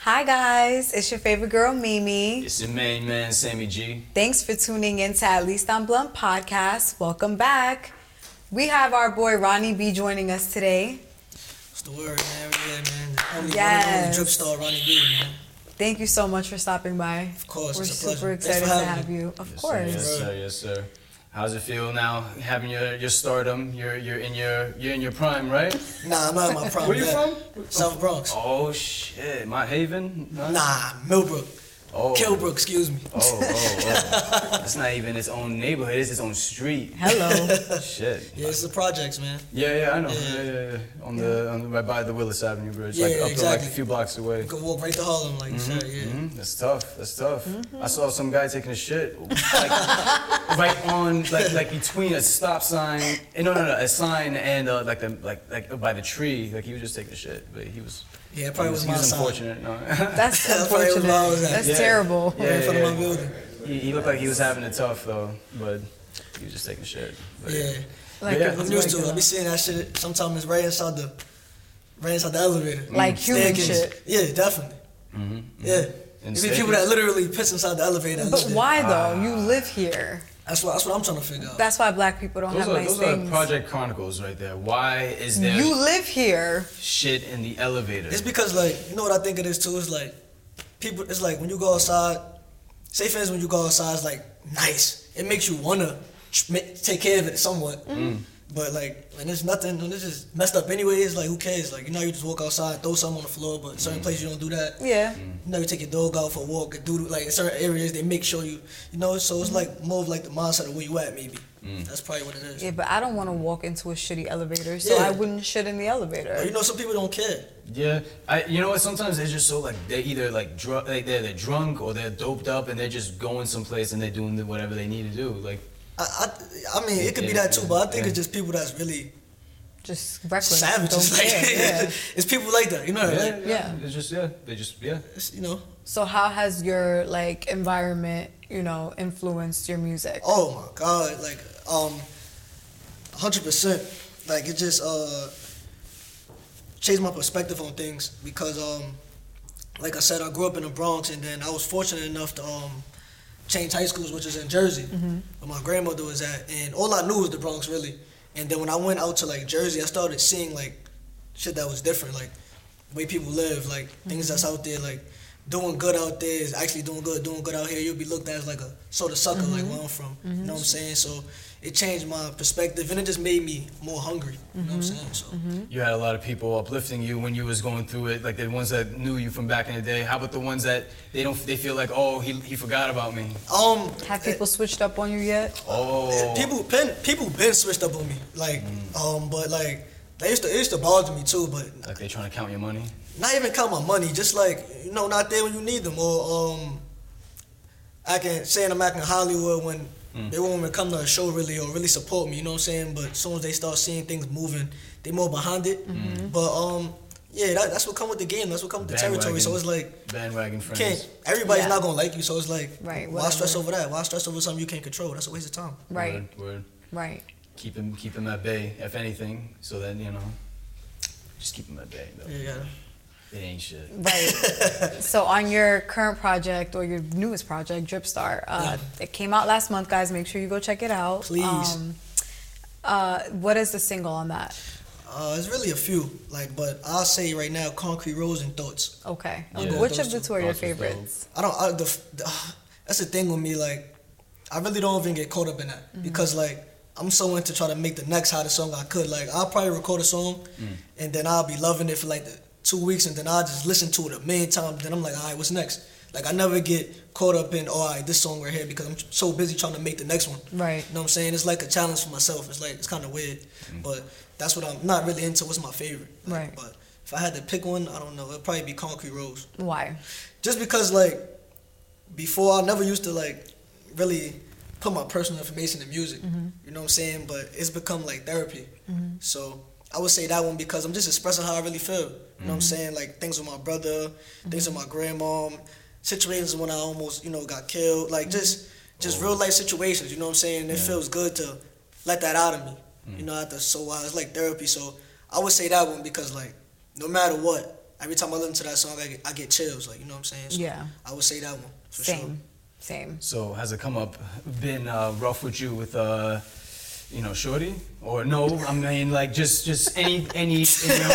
Hi guys, it's your favorite girl Mimi. It's your main man, Sammy G. Thanks for tuning in to At Least I'm Blunt podcast. Welcome back. We have our boy Ronnie B joining us today. It's the word, man. Yeah, man. The Only one and Yes. only drip store, Ronnie B, man. Thank you so much for stopping by. Of course, We're it's a super pleasure. Thanks excited for to having have me. you. Of Yes, Sir, course. yes, sir. Yes, sir. How's it feel now having your, your stardom? You're you're in your you're in your prime, right? Nah, I'm not in my problem. Where you man. from? South Bronx. Oh shit, my Haven. Nah, Millbrook. oh, Killbrook, excuse me. Oh, oh, oh. It's not even its own neighborhood. It's its own street. Hello. Shit. Yeah, it's the projects, man. Yeah, yeah, I know. Yeah. Yeah, yeah, yeah. On the on the, right by the Willis Avenue Bridge, like Yeah, up to like exactly. a few blocks away. You can walk right to Harlem, like, sure, yeah. Mhm, That's tough. That's tough. I saw some guy taking a shit like, right on like like between a stop sign. eh, No, no, no, a sign and uh, like the like like by the tree. Like he was just taking a shit, but he was. Yeah, it probably he was he my was sign. unfortunate. No. That's That's why it unfortunate. was where I was at. That's Yeah. terrible. Right in Yeah, front of my yeah. building. he, he looked like he was having it tough though, but he was just taking a shit. But, Yeah. but Like, yeah. it I'm was used to it. regular. I be seeing that shit. Sometimes it's right inside the, right inside the elevator. Mm. Like human Staircase. shit. Yeah, definitely. Yeah. And It'd be people that Mm-hmm. staircase. literally piss inside the elevator. and But live there. why Ah. though? You live here. That's what, that's what I'm trying to figure out. That's why black people don't Those have are nice those things. are Project Chronicles right there. Why is there you live here. shit in the elevator? It's because like you know what I think it is too. It's like people. It's like when you go outside. Say for instance, when you go outside, it's like nice. It makes you wanna tr- ma- take care of it somewhat. Mm. But like when there's nothing, when it's just messed up anyways, like who cares? Like you know, you just walk outside, throw something on the floor. But certain places you don't do that. Yeah. You know, you take your dog out for a walk. and Do like in certain areas they make sure you, you know. So it's like more of like the mindset of where you at maybe. That's probably what it is. Yeah, but I don't want to walk into a shitty elevator, so Yeah. I wouldn't shit in the elevator. Or, you know, some people don't care. Yeah, I you know what? Sometimes they're just so like they're either like drunk, like they're, they're drunk or they're doped up, and they're just going someplace and they're doing the, whatever they need to do. Like, I, I, I mean, it could be that too, but I think it's just people that's really just reckless. savages. Don't Like, care. yeah. it's people like that, you know. yeah, Like, Yeah. it's just yeah, they just yeah. it's, you know. So how has your like environment, you know, influenced your music? Oh my god! Like, um, hundred percent. Like it just uh changed my perspective on things because um, like I said, I grew up in the Bronx, and then I was fortunate enough to um change high schools, which is in Jersey, where my grandmother was at, and all I knew was the Bronx really. And then when I went out to like Jersey, I started seeing like shit that was different, like way people live, like things that's out there, like doing good out there is actually doing good. Doing good out here, you'll be looked at as like a sort of sucker, like where I'm from. You know what I'm saying? So it changed my perspective, and it just made me more hungry. You know what I'm saying? So You had a lot of people uplifting you when you was going through it, like the ones that knew you from back in the day. How about the ones that they don't? They feel like oh, he he forgot about me. um, Have people switched up on you yet? Oh, people been people been switched up on me, like um, but like. They used to, it used to bother me too, but like they trying to count your money. not even count my money, just like you know, not there when you need them, or um, I can saying I'm acting in Hollywood when they won't even come to a show really or really support me, you know what I'm saying? But as soon as they start seeing things moving, they more behind it. Mm-hmm. But um, yeah, that, that's what come with the game. That's what come with the territory. So it's like bandwagon friends. can't everybody's Yeah. not gonna like you. So it's like Right, why stress whatever. over that? Why stress over something you can't control? That's a waste of time. Right, Word, word. right. Keep him keep him at bay, if anything. So then you know, just keep him at bay. Though. Yeah, you gotta- It ain't shit. Right. so on your current project or your newest project, Dripstar, uh, it came out last month, guys. Make sure you go check it out. Um, Please. uh, what is the single on that? Uh, it's really a few, like, but I'll say right now, concrete roads and thoughts. Okay. Yeah. Which of the two are your Those are dope. favorites? I don't. I, the, the, that's the thing with me. Like, I really don't even get caught up in that because like I'm so into trying to make the next hottest song I could. Like, I'll probably record a song, and then I'll be loving it for like the two weeks, and then I'll just listen to it a million times. Then I'm like, all right, what's next? Like, I never get caught up in "Oh, all right, this song right here because I'm so busy trying to make the next one. Right. You know what I'm saying? It's like a challenge for myself. It's like it's kind of weird, but that's what I'm not really into. What's my favorite? Like, Right. But if I had to pick one, I don't know. It'd probably be Concrete Rose Why? just because like before I never used to like really put my personal information in music. You know what I'm saying? But it's become like therapy. So I would say that one because I'm just expressing how I really feel. You know what I'm saying? Like things with my brother, things with my grandma, situations when I almost you know got killed. Like just just real life situations. You know what I'm saying? It feels good to let that out of me. uh, You know, after so while it's like therapy. So I would say that one because like no matter what, every time I listen to that song, I get, I get chills. Like you know what I'm saying? So Yeah. I would say that one for sure. Same. Same. So has it come up been uh, rough with you with uh, you know shorty or no? I mean like just just any any you know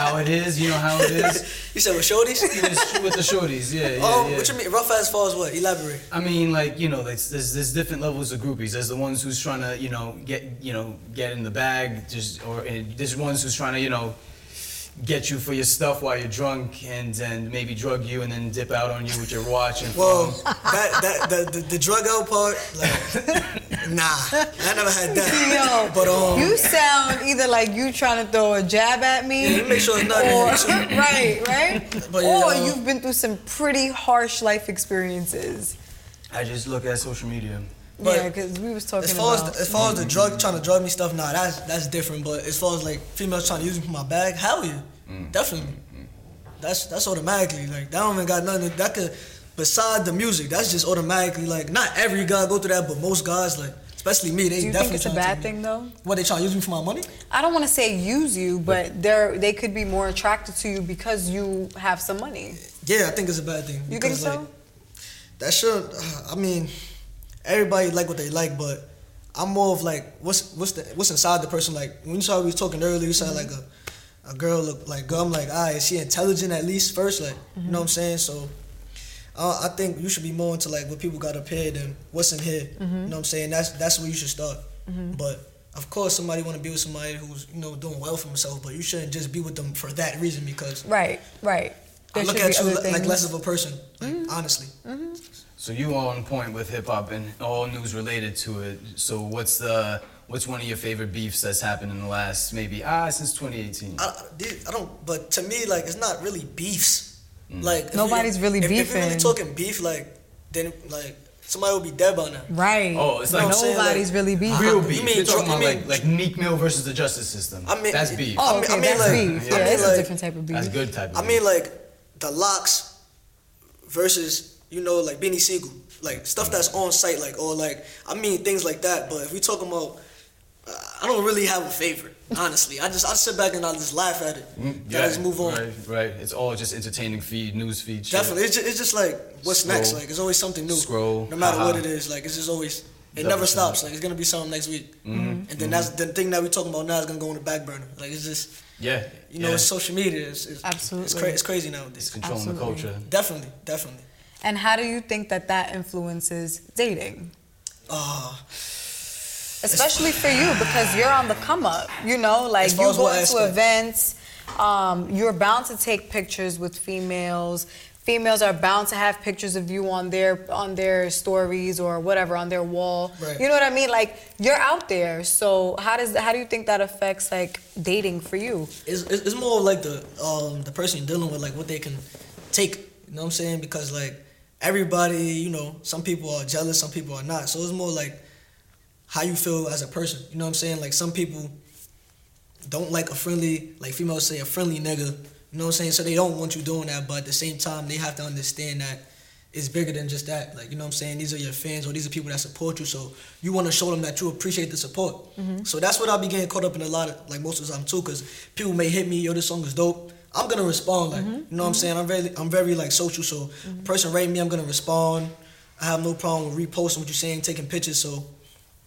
how it is. You know how it is You said with shorties? Just with the shorties. Yeah, yeah, oh, yeah. what you mean? Rough as far as what? Elaborate. I mean, like you know, there's, there's there's different levels of groupies. There's the ones who's trying to you know get you know get in the bag, just or and there's ones who's trying to you know get you for your stuff while you're drunk and then maybe drug you and then dip out on you with your watch and Well, that, that the, the the drug out part, like, nah, I never had that. Yo, but um, you sound either like you trying to throw a jab at me, Yeah, make sure it's not in or, here, too. right, right, But, you or know- you've been through some pretty harsh life experiences. I just look at social media. But yeah, because we was talking as far as about the, uh, as far as the drug trying to drug me stuff, nah, that's that's different. But as far as like females trying to use me for my bag, hell yeah, definitely. That's that's automatically like that don't even got nothing to- that could. Beside the music, that's just automatically like not every guy go through that, but most guys like, especially me, they Do you definitely. think it's a tryna take bad me- thing though? What they trying to use me for my money? I don't want to say use you, but they're they could be more attracted to you because you have some money. Yeah, I think it's a bad thing. You because, think so? Like, that should. I mean, everybody like what they like, but I'm more of like what's what's the what's inside the person. Like when you saw we was talking earlier, you said Mm-hmm. like a a girl look like girl. I'm like, ah, is she intelligent at least first? Like you Mm-hmm. know what I'm saying? So. Uh, I think you should be more into like what people got up here than what's in here. Mm-hmm. You know what I'm saying? That's that's where you should start. But of course, somebody want to be with somebody who's you know doing well for himself, but you shouldn't just be with them for that reason because Right, right. I There look should at be you other li- like things. Mm-hmm. less of a person, like, honestly. So you on point with hip hop and all news related to it. So what's the what's one of your favorite beefs that's happened in the last maybe ah since 2018? I, I- dude, I don't. But to me, like, it's not really beefs. Mm. Like if Nobody's we- really if, If you're really beefing. talking beef, like, then like somebody will be dead by now. Right. Oh, it's like- No, I'm saying, nobody's like, really beefing. Real You beef. mean- You're talking you about mean- like like Meek Mill versus the justice system. I mean, that's beef. I Oh, mean- okay, I mean, that's like- beef. I Yeah, mean, it's a like- different type of beef. That's good type of I beef. mean, like the locks versus you know, like Benny Siegel, like stuff Mm. that's on site, like or like I mean things like that. But if we talking about, uh, I don't really have a favorite, honestly. I just I sit back and I just laugh at it. Mm, Yeah, I just move on. Right, right. It's all just entertaining feed, news feed. shit. Definitely, it's just, it's just like what's Scroll. next. Like it's always something new. Scroll. No matter Haha. what it is, like it's just always. Double It Mm-hmm. never time. stops. Like it's gonna be something next week, and then that's the thing that we're talking about now is gonna go on the back burner. Like it's just Yeah. you know yeah. it's social media. It's, it's It's, Absolutely. cra- it's crazy It's nowadays. controlling Absolutely. the culture. Definitely, definitely. And how do you think that that influences dating? Uh, especially for you because you're on the come up you know like As you far as go what into aspect? events um, you're bound to take pictures with females females are bound to have pictures of you on their on their stories or whatever on their wall Right. you know what i mean like you're out there so how does how do you think that affects like dating for you it's, it's it's more like the um the person you're dealing with, like what they can take. You know what I'm saying? Because like everybody, you know, some people are jealous, some people are not. So it's more like how you feel as a person. You know what I'm saying? Like some people don't like a friendly, like females say, a friendly nigga. You know what I'm saying? So they don't want you doing that, but at the same time, they have to understand that it's bigger than just that. Like you know what I'm saying? These are your fans, or these are people that support you. So you want to show them that you appreciate the support. So that's what I be getting caught up in a lot of, like most of the time too, because people may hit me, yo, this song is dope. I'm gonna respond, like you know what I'm saying. I'm very, I'm very like social. So person rate me, I'm gonna respond. I have no problem with reposting what you're saying, taking pictures. So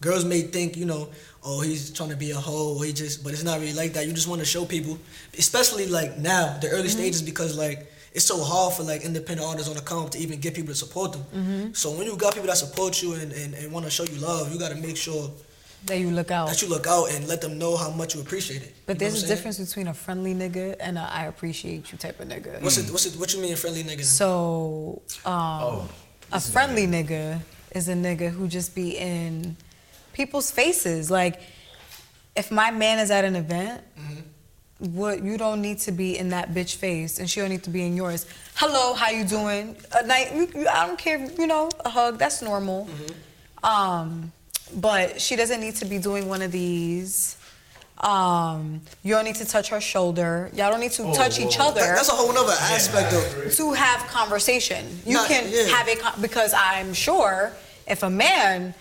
girls may think, you know, oh, he's trying to be a hoe, or he just, but it's not really like that. You just want to show people, especially like now, the early Mm-hmm. stages, because like it's so hard for like independent artists on the come up to even get people to support them. Mm-hmm. So when you got people that support you and, and, and want to show you love, you got to make sure that you look out that you look out and let them know how much you appreciate it. Oh. but there's You know what a I'm saying? difference between a friendly nigga and a I appreciate you type of nigga What's it? What's it? What you mean, friendly niggas? So, um, a friendly nigga is a nigga who just be in people's faces. Like, if my man is at an event, what you don't need to be in that bitch face, and she don't need to be in yours. Hello, how you doing? A night, you, you- I don't care. You know, a hug. That's normal. Um, but she doesn't need to be doing one of these. Um, you don't need to touch her shoulder. Y'all don't need to Oh, touch whoa, each whoa. other That- that's a whole nother aspect of. to have conversation. You Not- can yeah. have a con- because I'm sure if a man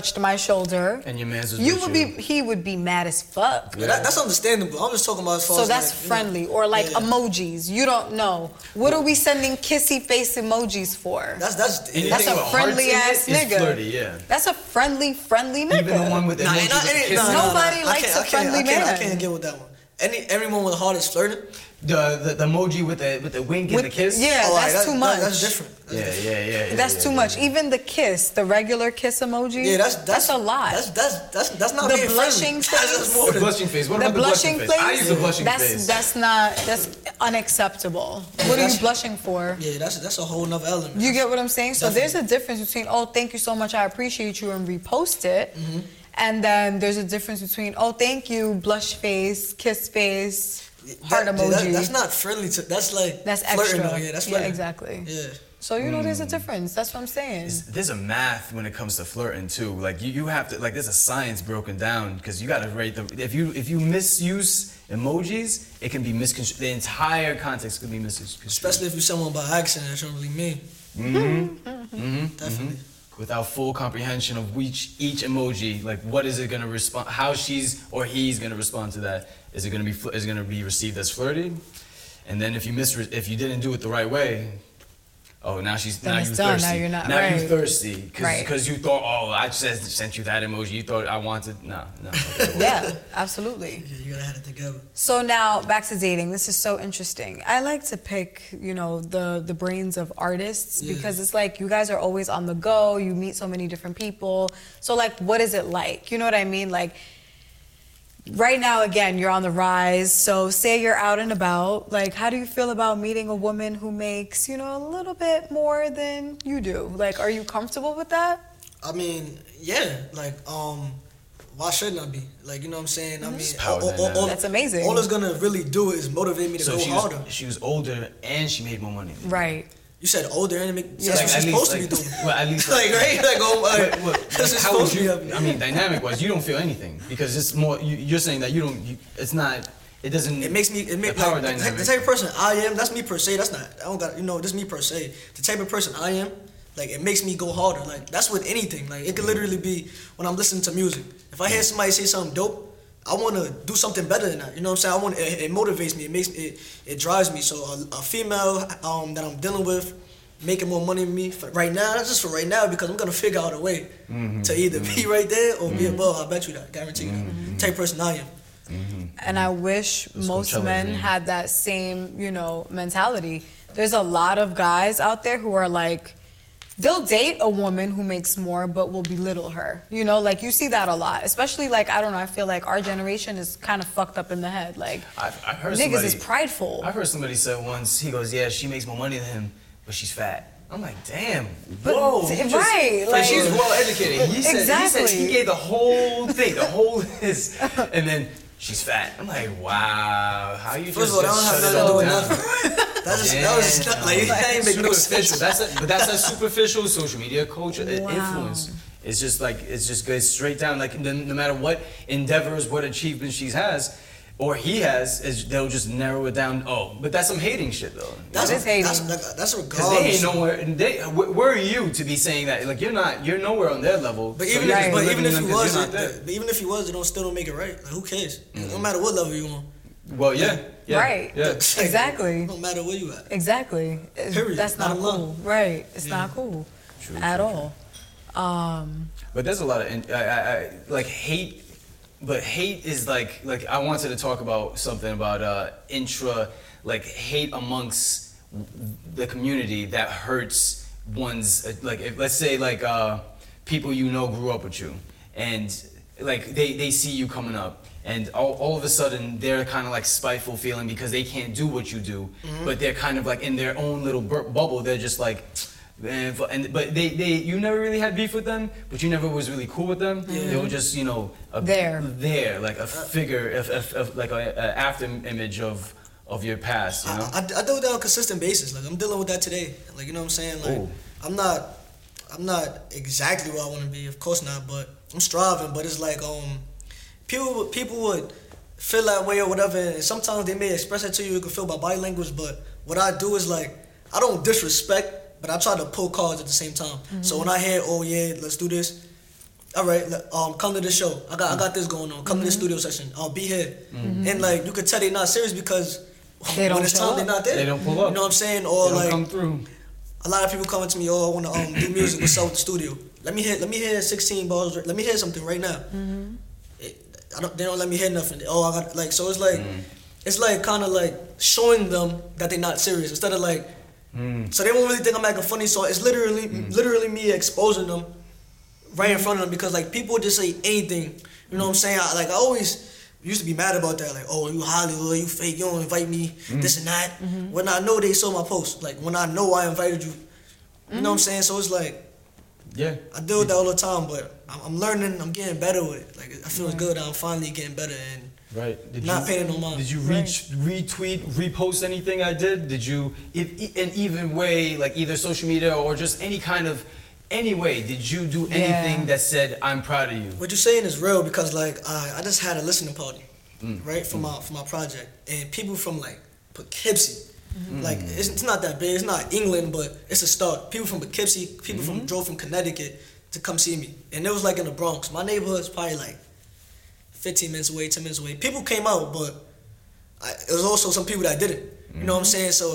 touched my shoulder. And your man's was You with would you. be, he would be mad as fuck. But that, that's understandable. I'm just talking about as far So as that's like, you know, friendly, or like yeah. emojis. You don't know. What are we sending kissy face emojis for? That's that's Anything That's a with hearts friendly in it ass is nigga. flirty, yeah. That's a friendly, friendly nigga. Even the one with the Nah, and I- and it- emoji. nah, Nah, nah, nah, nah. Nobody I likes can't- a I can't- friendly I can't, man. I can't get with that one. Any everyone with a heart is flirting. Oh, the, the the emoji with the with the wink With- and the kiss. yeah. All that's too Oh, that- much. that's different. That's Yeah, different. yeah, yeah. yeah, That's yeah, too yeah. much. Even the kiss, the regular kiss emoji. Yeah, that's that's, a lot. That's that's that's that's not The being blushing friendly. That's face. just more Oh, The than- blushing face. What the about the blushing face. I use the blushing that's, face. That's not. That's unacceptable. What are you That's- blushing for? Yeah, that's that's a whole nother element. You get what I'm saying? So there's a difference between oh, thank you so much, I appreciate you, and repost it, Mm-hmm. and then there's a difference between oh, thank you, blush face, kiss face, heart That- emoji. that- that's not friendly. To, that's like That's flirting, extra. though. Yeah, that's Yeah, flirting. exactly. Yeah. Mm. So you know, there's a difference. That's what I'm saying. It's- there's a math when it comes to flirting too. Like you, you have to like there's a science broken down because you gotta rate the if you if you misuse emojis, it can be misconstrued. The entire context could be misconstrued. Especially if you're someone by accident that you don't really mean. Mm-hmm. Mm-hmm. Definitely. without full comprehension of which each emoji, like what is it gonna respond, how she's or he's gonna respond to that. Is it gonna be fl- is it gonna be received as flirty? And then if you mis if you didn't do it the right way, oh now she's Then now it's you done, now thirsty. you're not now right. you thirsty because Right. you thought oh I just sent you that emoji. You thought I wanted no no. okay, well, yeah, absolutely. Yeah, you gotta have it together. So now back to dating. This is so interesting. I like to pick, you know, the the brains of artists Yeah. because it's like you guys are always on the go. You meet so many different people. So like, what is it like? You know what I mean? Like, right now again, you're on the rise. So say you're out and about. Like, how do you feel about meeting a woman who makes, you know, a little bit more than you do? Like, are you comfortable with that? I mean, yeah, like, um, why shouldn't I be? Like, you know what I'm saying? I mean, power dynamic. Mm-hmm. That's amazing. All it's gonna really do is motivate me to so go she harder. was, she was older and she made more money. Right. You said older and it make Yeah. that's Like, what at least, she's supposed to be like- doing. well, at least, like, like- right? Like, oh, like, But what, that's what's how would supposed to be you? happening. I mean, dynamic wise, you don't feel anything because it's more. You, you're saying that you don't. You, it's not. It doesn't. It makes me. It makes the power like, the- dynamic. The type of person I am. That's me per se. That's not. I don't got. You know, this me per se. The type of person I am. Like it makes me go harder. Like that's with anything. Like it could literally be when I'm listening to music. If I hear somebody say something dope, I want to do something better than that. You know what I'm saying? I want. It, it motivates me. It makes it. It drives me. So a, a female um, that I'm dealing with. Making more money than me for right now. That's just for right now because I'm gonna figure out a way Mm-hmm. to either be right there or be above. I bet you that, guarantee you Mm-hmm. that. Type of person I am. And I wish most Coachella's men name. had that same, you know, mentality. There's a lot of guys out there who are like, they'll date a woman who makes more but will belittle her. You know, like you see that a lot. Especially like, I don't know, I feel like our generation is kind of fucked up in the head. Like, I've, I've heard niggas somebody, is prideful. I've heard somebody said once. He goes, "Yeah, she makes more money than him, but she's fat." I'm like, "Damn, But- whoa, you right, Like, like- she's well educated. He said, he said Exactly. he gave the whole thing, the whole list, and then she's fat. I'm like, wow, how you First just, of all, that just don't have shut nothing it all down. to do with nothing. That's just, that was just not, like, that ain't make no superficial. sense. That's a, but that's a superficial social media culture uh, Wow. influence. It's just like it's just goes straight down. Like no, no matter what endeavors, what achievements she has, or he has, is they'll just narrow it down. Oh, but that's some hating shit though. That's, That's hating. that's, that's, that's Because they ain't regardless. nowhere. and They, wh- where are you to be saying that? Like you're not. You're nowhere on their level. But so even, you're Right. just if, but belittling even if them you 'cause was, you're it, not there. but even if you was, it don't still don't make it right. Like who cares? No matter what level you on. Well, yeah, yeah, Right. Yeah. Like, Exactly. No matter where you at. Exactly. It's- Period. That's Not not, alone. cool. Right. It's not cool True, at true, all. Um, But there's a lot of in- I, I, I, like hate, but hate is like like I wanted to talk about something about uh, intra like hate amongst the community that hurts one's uh, like if, let's say like uh, people you know grew up with you and like they, they see you coming up and all, all of a sudden they're kind of like spiteful feeling because they can't do what you do but they're kind of like in their own little bur- bubble they're just like and, fu- and but they, they you never really had beef with them but you never was really cool with them they were just you know a, There. there like a figure of, of, of like a, a after image of of your past you know I, I, I do that on a consistent basis. Like I'm dealing with that today. Like you know what I'm saying? Like Ooh. I'm not I'm not exactly where I wanna be, of course not, but I'm striving, but it's like um people would- people would feel that way or whatever and sometimes they may express it to you, you can feel by body language, but what I do is like I don't disrespect but I try to pull cards at the same time. So when I hear, oh yeah, let's do this, all right, look, um, come to the show. I got, I got this going on. Come to the studio session. I'll be here. And like, you could tell they're not serious because They don't when it's show time, up. they're not there. They don't pull up. You know what I'm saying? They Or don't like, come through. a lot of people coming to me, oh, I want to um, do music. What's up with the studio? Let me hear, let me hear 16 bars. Let me hear something right now. Mm-hmm. It, I don't, they don't let me hear nothing. Oh, I got like, so it's like, Mm. it's like kind of like showing them that they're not serious instead of like, Mm. so they won't really think I'm like a funny song. It's literally, literally me exposing them right in front of them because like people just say anything. You know what I'm saying? I, like I always used to be mad about that. Like, oh, you Hollywood, you fake, you don't invite me, this and that. When I know they saw my post, like when I know I invited you, you know what I'm saying? So it's like Yeah. I deal with that all the time, but I'm, I'm learning, I'm getting better with it. Like I feel good. I'm finally getting better and. Right. Did Not you, paying no mind. Did you reach, retweet, repost anything I did? Did you, if e- in even way, like either social media or just any kind of, any way, did you do anything Yeah. that said I'm proud of you? What you're saying is real because like I, I just had a listening party, right, for my for my project, and people from like Poughkeepsie, Mm. like it's, it's not that big, it's not England, but it's a start. People from Poughkeepsie, people from drove from Connecticut to come see me, and it was like in the Bronx. My neighborhood's probably like 15 minutes away, 10 minutes away. People came out, but I, it was also some people that didn't. You know what I'm saying? So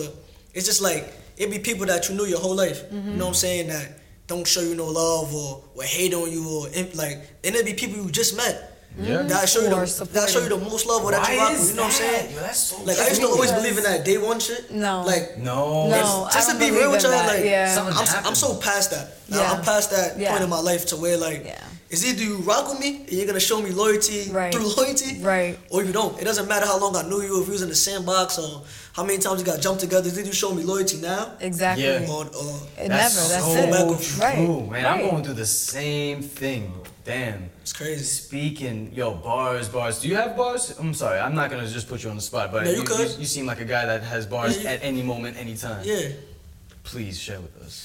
it's just like it be people that you knew your whole life. You know what I'm saying? That don't show you no love or, or hate on you or imp- like, and it be people you just met. Yeah. That show you Or the that show you the most love or that you rock with, You know what I'm saying? Yo, that's so Like I used to always Because- believe in that day one shit. No. Like No. No. it's- just I don't to be real believe with in y'all, that, like yeah. Something I'm, so- I'm happened. so past that. Now, Yeah. I'm past that Yeah. point in my life to where like Yeah. it's either you rock with me and you're gonna show me loyalty Right. through loyalty, Right. Or you don't. It doesn't matter how long I knew you, if you was in the sandbox or how many times you got jumped together. Did you show me loyalty now? Exactly. Yeah. Or, or It That's never. That's so it. true, Right. man. I'm Right. going through the same thing. Damn. It's crazy. Speaking, yo, bars, bars. Do you have bars? I'm sorry, I'm not gonna just put you on the spot, but No, you could. you seem like a guy that has bars Yeah, you- at any moment, any time. yeah. Please share with us.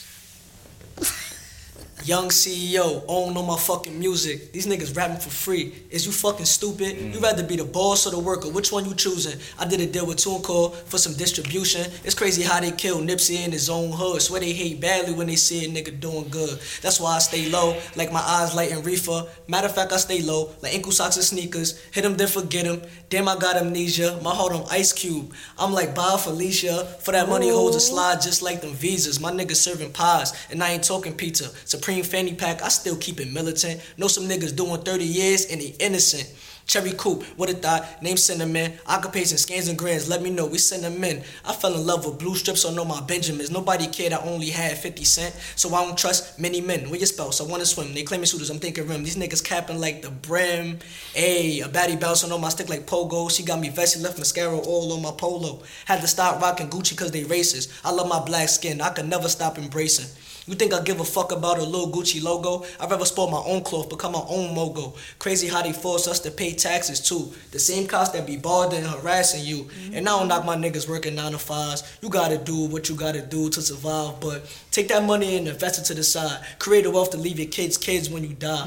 Young CEO, own all my fucking music. These niggas rapping for free. Is you fucking stupid? You rather be the boss or the worker? Which one you choosing? I did a deal with TuneCore for some distribution. It's crazy how they kill Nipsey in his own hood. Swear they hate badly when they see a nigga doing good. That's why I stay low, like my eyes light and reefer. Matter of fact, I stay low, like ankle socks and sneakers. Hit 'em, then forget 'em. Damn, I got amnesia. My heart on ice cube. I'm like Bob Felicia. For that money, holds a Ooh. slide slide just like them visas. My niggas serving pies, and I ain't talking pizza. Supreme fanny pack, I still keep it militant. Know some niggas doing 30 years and they innocent. Cherry Coupe, what a thought, name Cinnamon. Occupation, scans and grins, let me know, we send them in. I fell in love with blue strips on all my Benjamins. Nobody cared, I only had 50 cent. So I don't trust many men. What your spells? I wanna swim. They claiming shooters, I'm thinking rim. These niggas capping like the brim. Ayy, a baddie bouncing on my stick like pogo. She got me vested, left mascara all on my polo. Had to stop rocking Gucci cause they racist. I love my black skin, I could never stop embracing. You think I give a fuck about a little Gucci logo? I'd rather spoil my own cloth, become my own mogul. Crazy how they force us to pay taxes too. The same cost that be bothering and harassing you. And I don't knock my niggas working nine to fives. You gotta do what you gotta do to survive, but take that money and invest it to the side. Create a wealth to leave your kids kids when you die.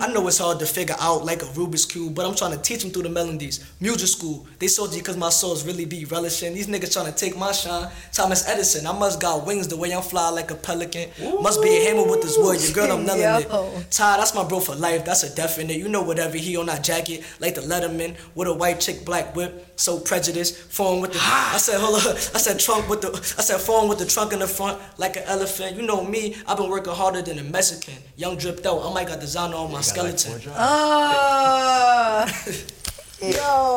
I know it's hard to figure out like a Rubik's Cube, but I'm trying to teach them through the melodies. Music school, they sold you because my souls really be relishing. These niggas trying to take my shine. Thomas Edison, I must got wings the way I'm fly like a pelican. Must be a hammer with this wood, your girl, I'm nailing Yo. it. Ty, that's my bro for life, that's a definite. You know, whatever he on that jacket, like the Letterman with a white chick, black whip, so prejudiced. Phone with the, I said, hold up, I said trunk with the, I said phone with the trunk in the front, like an elephant. You know me, I've been working harder than a Mexican. Young dripped out, I might got designer on Got, my like, skeleton. four jobs? Uh, yo,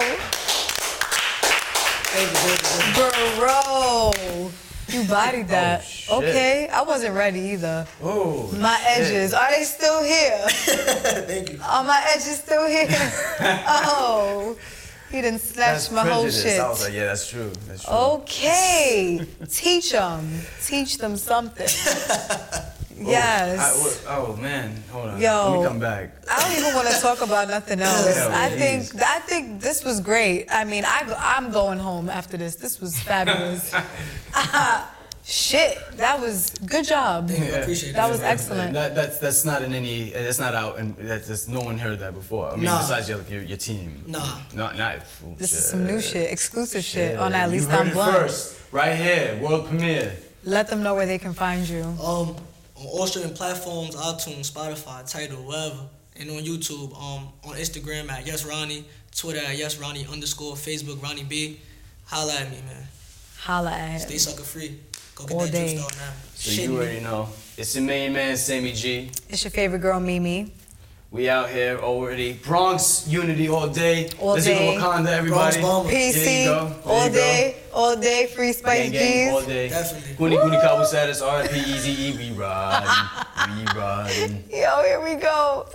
Thank you, thank you, thank bro, you. you bodied that. Oh, shit. okay, I wasn't ready either. oh, My shit. edges, are they still here? Thank you. Are my edges still here? oh, he didn't snatch That's my whole prejudice. shit. Oh, I was like, yeah, that's true. That's true. Okay, teach them. Teach them something. Oh, yes. I- oh, man, hold on. Yo. Let me come back. I don't even want to talk about nothing else. Hell, I please. think I think this was great. I mean, I I'm going home after this. This was fabulous. Ah, shit, that was good job. Thank you. I appreciate it. That was excellent. That, that's that's not in any. That's not out, and that's, that's no one heard that before. I mean, Nah. besides your, your your team. Nah. Not not. This is some new shit, exclusive shit, Yeah, on At you Least heard I'm it Blunt. First, right here, world premiere. Let them know where they can find you. Um, on all streaming platforms, iTunes, Spotify, Tidal, wherever. and on YouTube, um, on Instagram at Yes Ronnie, Twitter at Yes Ronnie underscore, Facebook Ronnie B. Holla at me, man. Holla at Stay him. sucker free. Go get All that day. juice dog now. So Shit, you man. already know. It's the main man, Sammy G. It's your favorite girl, Mimi. We out here already. Bronx unity all day. All Let's day. go Wakanda, everybody. Bronx bomber. There you PC go. There all you go. day, all day, free spice Gang, gang, all G's. day. Definitely. Kuni Kuni E Kabu status, RIP, Eazy-E, we ride. We ride. Yo, here we go.